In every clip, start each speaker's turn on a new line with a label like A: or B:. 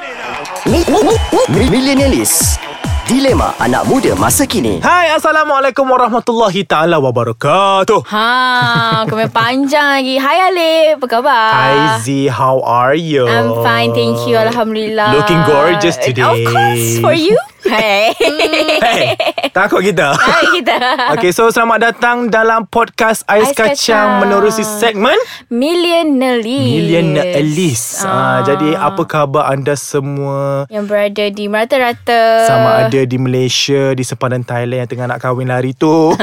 A: Mi- mi- mi- mi- Millenialis Dilema anak muda masa kini
B: Hai Assalamualaikum warahmatullahi ta'ala wabarakatuh
C: Ha, kau main panjang lagi. Hai Alif, apa khabar?
B: Hi Z, how are you?
C: Ah. I'm fine, thank you. Alhamdulillah.
B: Looking gorgeous today. Hmm.
C: Of course, for you. Hey.
B: Hey, Eh, takut kita
C: Hai kita.
B: Okay, so selamat datang dalam podcast Ais,
C: Ais
B: Kacang,
C: Kacang.
B: menerusi segmen
C: Millionaire.
B: Million Elise. Ah. jadi apa khabar anda semua?
C: Yang berada di merata-rata.
D: Eh.
B: Sama ada di Malaysia, di sempadan Thailand yang tengah nak kahwin lari tu.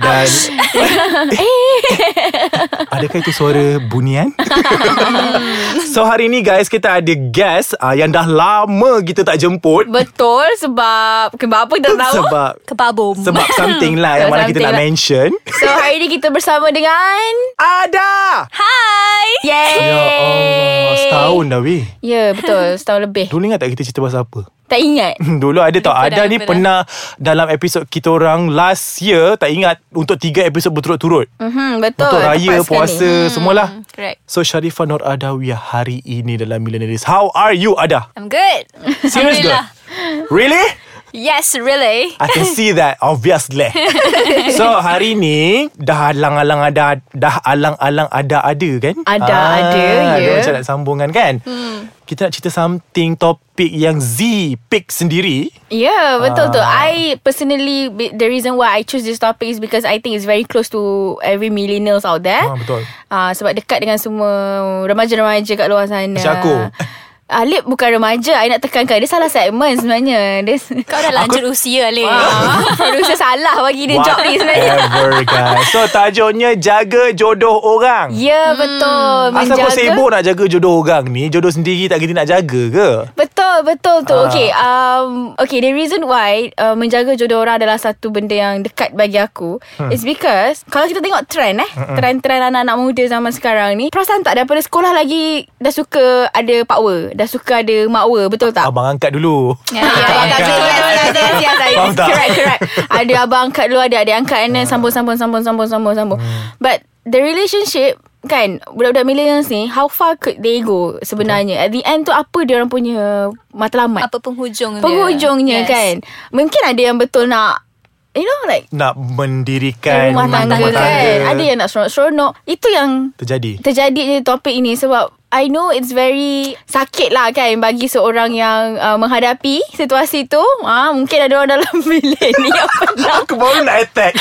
B: Dan... Eh. Adakah itu suara bunian? so hari ni guys kita ada guest uh, yang dah lama kita tak jemput.
C: Betul sebab Kenapa kita tak tahu
B: Sebab
D: Kepabum
B: sebab something lah yang
C: Sebab
B: mana kita
C: something
B: nak
C: lah.
B: mention.
C: So hari ni kita bersama dengan
B: Ada!
D: Hai
C: Yeay
B: Ya Allah, setahun dah weh.
C: Ya betul Setahun lebih
B: Dulu ingat tak kita cerita pasal apa?
C: Tak ingat
B: Dulu ada tau
D: Lupa dah,
B: Ada ni
D: lupa dah.
B: pernah Dalam episod kita orang Last year Tak ingat Untuk tiga episod berturut-turut
D: Mm-hmm,
C: Mhm, Betul Hmm,
B: Untuk
C: Tepat
B: raya
C: sekali.
B: Puasa Semualah
D: Correct
B: So Sharifah Nur Adawiyah Hari ini dalam Millionaires How are you Ada?
D: I'm good
B: Serious girl?
D: Alhamdulillah.
B: Really?
D: Yes really
B: I can see that Obviously So hari ni Dah alang-alang ada Dah alang-alang ada-ada kan
C: Ada, ada, ya. Hmm.
B: dia Macam nak sambungan kan Kita nak cerita something Topik yang Z Pick sendiri
C: Ya, Yeah, betul tu.
B: Ah.
C: I personally be- the reason why I choose this topic is because I think it's very close to every millennials out there.
B: Ah, betul.
C: Ah, sebab dekat dengan semua remaja-remaja kat luar sana. Ah,
B: Macam aku.
C: Alip bukan remaja. I nak tekankan dia salah segmen sebenarnya. Dia
D: Kau dah lanjut usia le
C: Ah, producer salah bagi dia job ni sebenarnya.
B: Whatever guys So tajuknya Jaga jodoh orang
C: Ya, yeah, betul.
B: Asal kau sibuk nak jaga jodoh orang ni Jodoh sendiri tak kita nak jaga ke
C: Betul,
B: Ah.
C: betul tu. Okay, um, okay. The reason why uh, menjaga jodoh orang adalah satu benda yang dekat bagi aku hmm. is because kalau kita tengok trend eh,
B: Hmm,
C: trend-trend anak-anak muda zaman sekarang ni, perasan tak daripada sekolah lagi dah suka ada power, dah suka ada makwa, betul tak?
B: Abang angkat dulu
C: Ya, ya, ya,
B: Abang
C: betul,
B: angkat.
C: betul, betul, betul, yes, yes,
B: Faham
C: yes.
B: tak? Ah.
C: Correct, correct. Ada abang angkat dulu, ada adik angkat and then sambung, sambung, sambung, sambung, sambung, sambung.
B: Hmm.
C: But the relationship kan budak-budak millennials ni how far could they go sebenarnya at the end tu apa dia orang punya matlamat
D: Apa penghujung dia
C: penghujungnya
D: Yes.
C: kan mungkin ada yang betul nak you know like
B: Nak mendirikan
C: rumah tangga kan ada yang nak seronok-seronok itu yang
B: Terjadi
C: terjadi je topik ini sebab I know it's very sakit lah kan bagi seorang yang uh, menghadapi situasi tu. Ah mungkin ada orang dalam bilik ni yang pernah.
B: Aku baru nak attack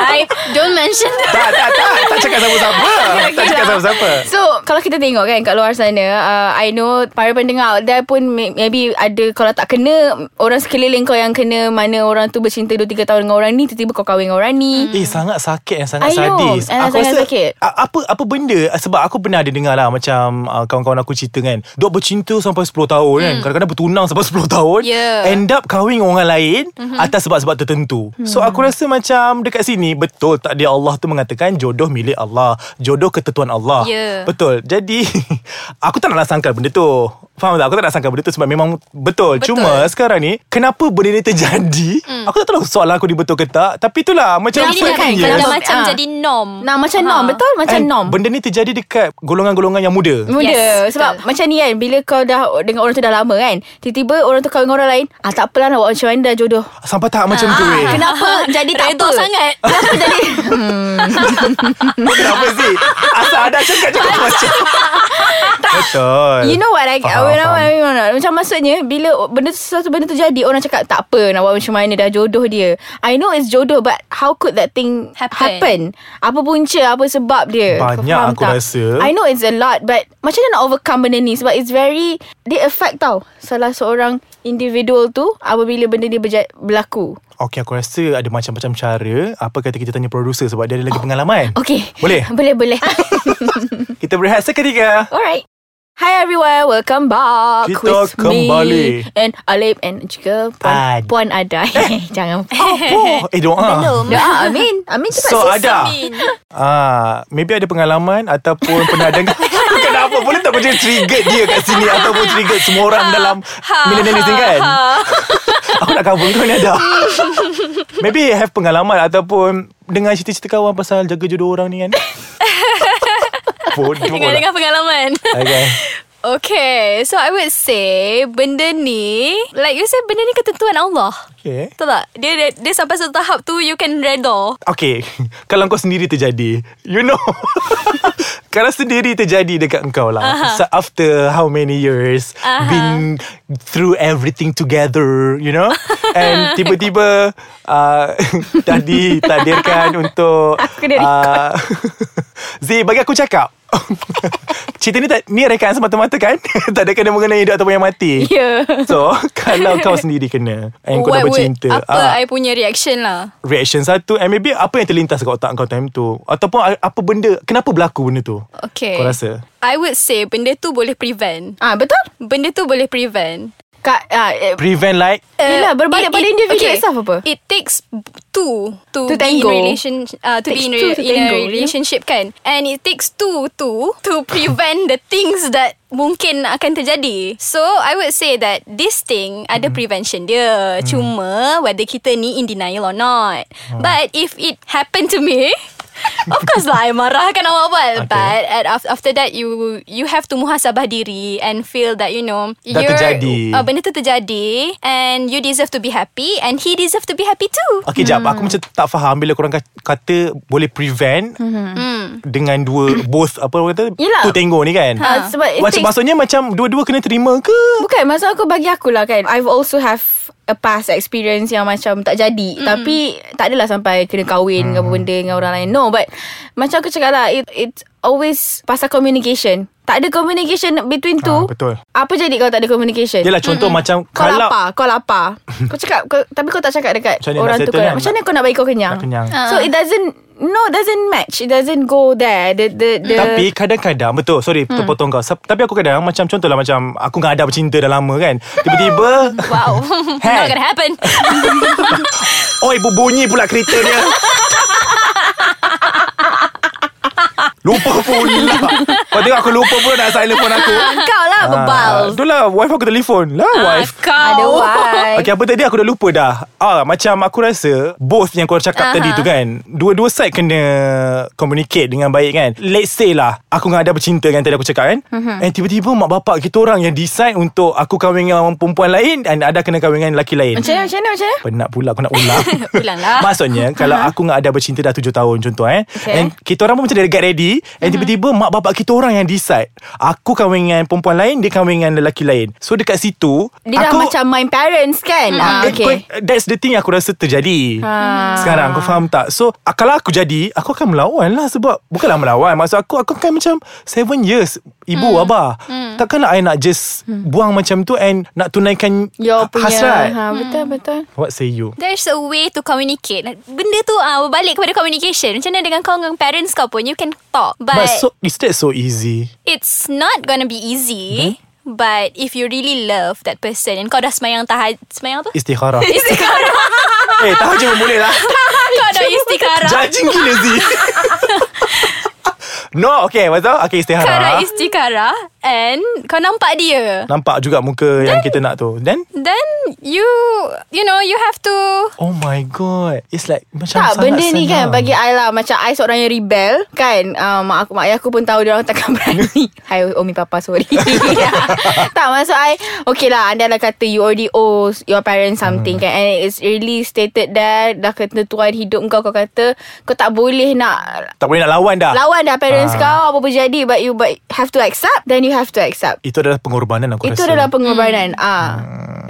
D: I don't mention that
B: Tak tak tak Tak cakap sama-sama
C: Ah,
B: Tak cakap sama-sama
C: lah. So kalau kita tengok kan kat luar sana uh, I know para pendengar out there pun may- maybe ada kalau tak kena orang sekeliling kau yang kena mana orang tu bercinta 2-3 tahun dengan orang ni tiba-tiba kau kahwin dengan orang ni.
B: Eh sangat sakit yang sangat
C: Hmm. I know.
B: sadis.
C: Eh, sangat sakit.
B: a- apa apa benda sebab aku pernah ada dengar lah macam uh, kawan-kawan aku cerita kan. Dok bercinta sampai 10 tahun kan.
C: Hmm.
B: Kadang-kadang bertunang sampai 10 tahun.
D: Yeah.
B: End up kahwin dengan orang lain
C: Mhm.
B: atas sebab-sebab tertentu.
C: Hmm.
B: So aku rasa macam dekat sini betul tak dia Allah tu mengatakan jodoh milik Allah. Jodoh ketentuan Allah.
D: Yeah.
B: Betul. Jadi aku tak nak sangkal benda tu. Faham tak? Aku tak nak sangkal benda tu sebab memang betul.
D: Betul.
B: Cuma sekarang ni kenapa benda ni terjadi?
C: Hmm.
B: Aku tak tahu soalan aku ni betul ke tak. Tapi itulah macam
D: Jadi
C: Apa
D: dah,
C: kan?
D: dah,
C: Kalau-
D: macam
C: Ah.
D: jadi norm
C: Nah macam norm betul macam
B: And
C: norm.
B: Benda ni terjadi dekat golongan-golongan yang muda.
C: Muda yes,
D: Yes,
C: Sebab
D: betul.
C: macam ni kan Bila kau dah Dengan orang tu dah lama kan Tiba-tiba orang tu kahwin dengan orang lain ah, Tak apalah nak buat macam mana dah jodoh
B: Sampai tak macam tu eh.
C: Ah, Kenapa jadi tak
D: Redha
C: apa
D: sangat
B: Ah.
C: Kenapa jadi
B: Kenapa sih? Asal ada cakap cakap macam. Betul.
C: You know what I
B: Faham,
C: faham, when
B: faham.
C: I, when I, Macam maksudnya Bila benda sesuatu benda tu jadi Orang cakap tak apa Nak buat macam mana dah jodoh dia I know it's jodoh But how could that thing
D: Happen.
C: happen? Apa punca Apa sebab dia Kau
B: Banyak
C: faham
B: aku rasa.
C: I know it's a lot But macam mana nak overcome benda ni Sebab it's very They affect tau Salah seorang individual tu Apabila benda dia berja- berlaku
B: Okay aku rasa ada macam-macam cara Apa kata kita tanya producer Sebab dia ada
C: Oh.
B: lagi pengalaman
C: Okay
B: Boleh?
C: Boleh boleh
B: Kita berehat seketika
C: Alright Hi everyone, welcome back
B: Kita
C: with me
B: kembali.
C: and Alip and juga Puan,
B: Ad.
C: Puan Ada. Jangan.
B: Oh, eh doa
D: Belum
C: Doa, amin. Amin cepat
B: So
C: sis.
B: ada
D: Amin.
B: ah, Maybe ada pengalaman Ataupun pernah dengar Kenapa Boleh tak macam trigger dia kat sini Ataupun trigger semua orang dalam Millennial ni kan Aku nak cover kau ni ada Maybe have pengalaman Ataupun Dengar cerita-cerita kawan Pasal jaga jodoh orang ni kan Bodoh
D: Dengar-dengar
B: lah
D: pengalaman
B: Okay
D: Okay, so I would say benda ni, like you say benda ni ketentuan Allah.
B: Okay.
D: Betul tak? Dia, dia, dia sampai satu tahap tu you can redha.
B: Okay Kalau kau sendiri terjadi You know Kalau sendiri terjadi dekat engkau lah
D: Aha.
B: so After how many years
D: Aha.
B: Been through everything together You know And tiba-tiba uh, Tadi takdirkan untuk
C: Aku dah
B: uh, Z bagi aku cakap Cerita ni tak, ni rekaan semata-mata kan Tak ada kena mengenai hidup ataupun yang mati
C: Ya.
B: So Kalau kau sendiri kena And kau dah
D: What would,
B: bercinta
D: apa
B: ah,
D: I punya reaction lah.
B: reaction satu and maybe apa yang terlintas kat otak kau time tu ataupun a- apa benda kenapa berlaku benda tu
D: Okay.
B: kau rasa
D: I would say benda tu boleh prevent.
C: Ah betul?
D: Benda tu boleh prevent.
C: Kak ah, eh,
B: prevent like
C: Eh, Yelah, berbalik pada individu itself apa?
D: It takes two to,
C: To
D: be
C: tango.
D: in relation uh, to
C: Takes
D: be in,
C: two
D: re-
C: to tango,
D: in a
C: you know?
D: relationship kan. And it takes two to to prevent the things that mungkin akan terjadi. So I would say that this thing
B: Mm-hmm.
D: ada prevention
B: Mm.
D: dia. Cuma whether kita ni in denial or not.
B: Oh.
D: But if it happened to me Of course lah I marah kan
B: Okay.
D: awal-awal okay. But at, af- after that You you have to muhasabah diri And feel that you know
B: Dah
D: you're-
B: terjadi.
D: uh, Benda tu terjadi And you deserve to be happy And he deserve to be happy too
B: Okay jap
C: Hmm.
B: Aku macam tak faham Bila korang kat- kata Boleh prevent Dengan dua Both Apa orang kata
C: Hmm. Yelah.
B: Tu tengok ni kan
C: Ah, sebab it
B: Macam
C: takes-
B: maksudnya Macam dua-dua kena terima ke
C: Bukan masa aku bagi aku lah kan I've also have a past experience yang macam tak jadi mm. tapi tak adalah sampai kena kahwin mm. ke apa benda dengan orang lain no but macam aku cakap lah it, it's always pasal communication tak ada communication
B: Ah,
C: between two
B: betul.
C: apa jadi kalau tak ada communication
B: Yelah contoh macam
C: Hmm. kau
B: Kalau
C: lapar Kau lapar Kau cakap kau, Tapi kau tak cakap dekat
B: Macam mana
C: Orang
B: nak
C: tu
B: settle
C: kau
B: kan?
C: nak, Macam mana kau nak bagi kau kenyang
B: Nak kenyang.
C: So it doesn't No doesn't match It doesn't go there the, the, the,
B: Tapi kadang-kadang Betul sorry hmm. Terpotong kau Sep- Tapi aku kadang Macam contohlah Macam aku dengan Ada bercinta dah lama kan Tiba-tiba
D: Wow
B: Hey.
D: Not gonna happen
B: Oi bu- Oh, bunyi pula kereta dia Lupa pula Kau tengok aku lupa pula Nak silent phone aku
D: Kau lah bebal
B: Ah, Itulah wife aku telefon Lah
D: Ah,
B: wife
D: Kau
C: Ada why
B: Okay apa tadi aku dah lupa dah ah, Macam aku rasa Both yang korang cakap
D: Aha.
B: tadi tu kan Dua-dua side kena Communicate dengan baik kan Let's say lah Aku dengan Ada bercinta kan Tadi aku cakap kan uh-huh. And tiba-tiba mak bapak kita orang Yang decide untuk Aku kahwin dengan perempuan lain Dan Ada kena kahwin dengan lelaki lain
C: Macam mana macam mana macam mana
B: Penat pula Aku nak ulang
D: Ulanglah.
B: Maksudnya Kalau aku dengan Ada bercinta Dah 7 tahun contoh eh
C: Okay.
B: And kita orang pun macam dah get ready And tiba-tiba Mak bapak kita orang yang decide Aku kahwin dengan perempuan lain Dia kahwin dengan lelaki lain So dekat situ
C: Dia dah
B: aku,
C: macam my parents kan ah,
B: Eh,
C: Okay
B: kau- That's the thing yang aku rasa terjadi
C: Ah.
B: Sekarang kau faham tak So ah, kalau aku jadi Aku akan melawan lah Sebab Bukanlah melawan Maksud aku Aku akan macam Seven years Ibu
C: Hmm.
B: abah Takkanlah I nak just Buang macam tu And nak tunaikan
C: Your punya
B: Hasrat
C: ha, Betul betul
B: What say you
D: There's a way to communicate Benda tu ah Balik kepada communication Macam mana dengan kau Dengan parents kau pun You can talk
B: But
D: But,
B: so is that so easy?
D: It's not gonna be
B: Hmm?
D: easy But If you really love That person And kau dah semayang tahaj Semayang apa?
B: Istikharah. eh,
D: Istikharah
B: tahu je boleh lah.
D: Kau dah istikharah
B: Judging gila Z. no, okay. What's up? Okay,
D: Kau
B: istikharah.
D: dah istikharah And Kau nampak dia
B: Nampak juga muka yang kita nak tu. Then,
D: Then You You know You have to
B: oh my god. It's like macam
C: tak
B: sangat
C: benda ni kan
B: senang.
C: Bagi I lah Macam I seorang yang rebel Kan uh, Mak aku mak ayah aku pun tahu Dia orang takkan berani Hai Omi Papa sorry Tak maksud I Okay lah Anda lah kata You already owe Your parents
B: Mm.
C: something hmm. kan And it's really stated there Dah ketentuan hidup kau Kau kata Kau tak boleh nak
B: Tak boleh nak lawan dah.
C: Lawan dah parents
B: Ah.
C: kau Apa pun jadi But you but have to accept Then you have to accept
B: Itu adalah pengorbanan aku
C: Itu
B: rasa.
C: adalah pengorbanan ah.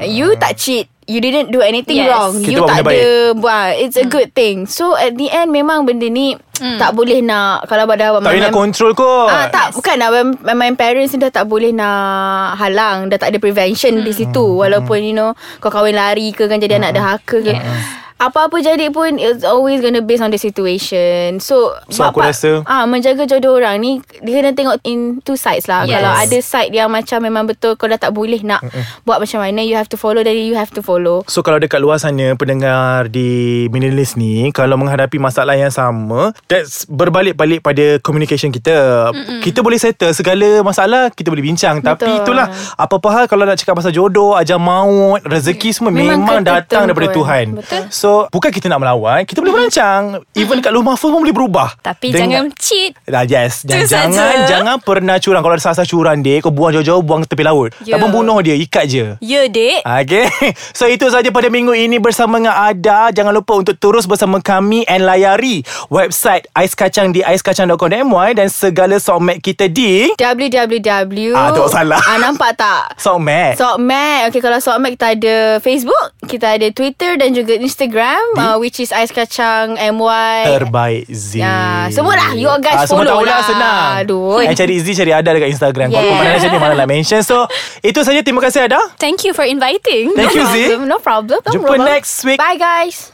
C: You tak cheat You didn't do anything
D: Yes.
C: wrong
B: Kita
C: You
B: buat
C: tak
B: benda
C: ada buat It's a good thing So at the end Memang benda ni Tak boleh nak Kalau pada
B: tak boleh nak control kot.
C: Ah, tak, bukan lah Memang memang parents ni dah tak boleh nak Halang Dah tak ada prevention
B: Hmm.
C: Di situ Walaupun you know Kau kahwin lari ke kan Jadi anak dahaka ke
B: Hmm.
C: Apa-apa jadi pun It's always gonna Based on the situation So
B: So, aku rasa-
C: ah, Menjaga jodoh orang ni Dia kena tengok In two sides lah
D: Yes.
C: Kalau ada side yang macam Memang betul Kau dah tak boleh nak
B: Hmm,
C: Buat macam mana You have to follow Then you have to follow
B: So kalau dekat luar sana pendengar di Minimalist ni kalau menghadapi masalah yang sama that's berbalik-balik pada communication kita. Mm-mm. Kita boleh settle segala masalah, kita boleh bincang Betul. tapi
C: Betul.
B: itulah apa-apa hal kalau nak cakap pasal jodoh, ajar maut, rezeki semua memang,
C: Memang
B: memang
C: ketentuan.
B: datang daripada Tuhan.
C: Betul.
B: So So bukan kita nak melawan Kita boleh merancang Even dekat lumah pun boleh berubah
D: Tapi jangan cheat.
B: Nah, yes
D: Tu
B: jangan, jangan
D: saja.
B: jangan pernah curang Kalau ada salah-salah curang dia Kau buang jauh-jauh Buang tepi laut yeah.
D: Ya.
B: Tak pun bunuh dia Ikat je
D: Ya, dek.
B: Okay So itu saja pada minggu ini Bersama dengan Ada Jangan lupa untuk terus bersama kami And layari Website Ais Kacang Di aiskacang.com.my Dan segala sokmed kita di
C: www
B: Ah, tu salah.
C: ah, Nampak tak?
B: Sokmed
C: Sokmed Okay kalau Sokmed Kita ada Facebook Kita ada Twitter Dan juga Instagram uh, Which is Ais Kacang MY
B: Terbaik Z
C: Ya, semua dah. You all
B: Ah,
C: guys
B: semua tahu
C: follow
B: lah
C: lah.
B: senang
C: Aduh.
B: Yang cari Z cari Ada dekat Instagram yeah. Kalau
C: Yeah.
B: mana macam ni Mana nak mention So itu saja Terima kasih Ada
D: Thank you for inviting.
B: Thank you Z
C: No problem No
B: Jumpa
C: problem.
B: next week.
C: Bye guys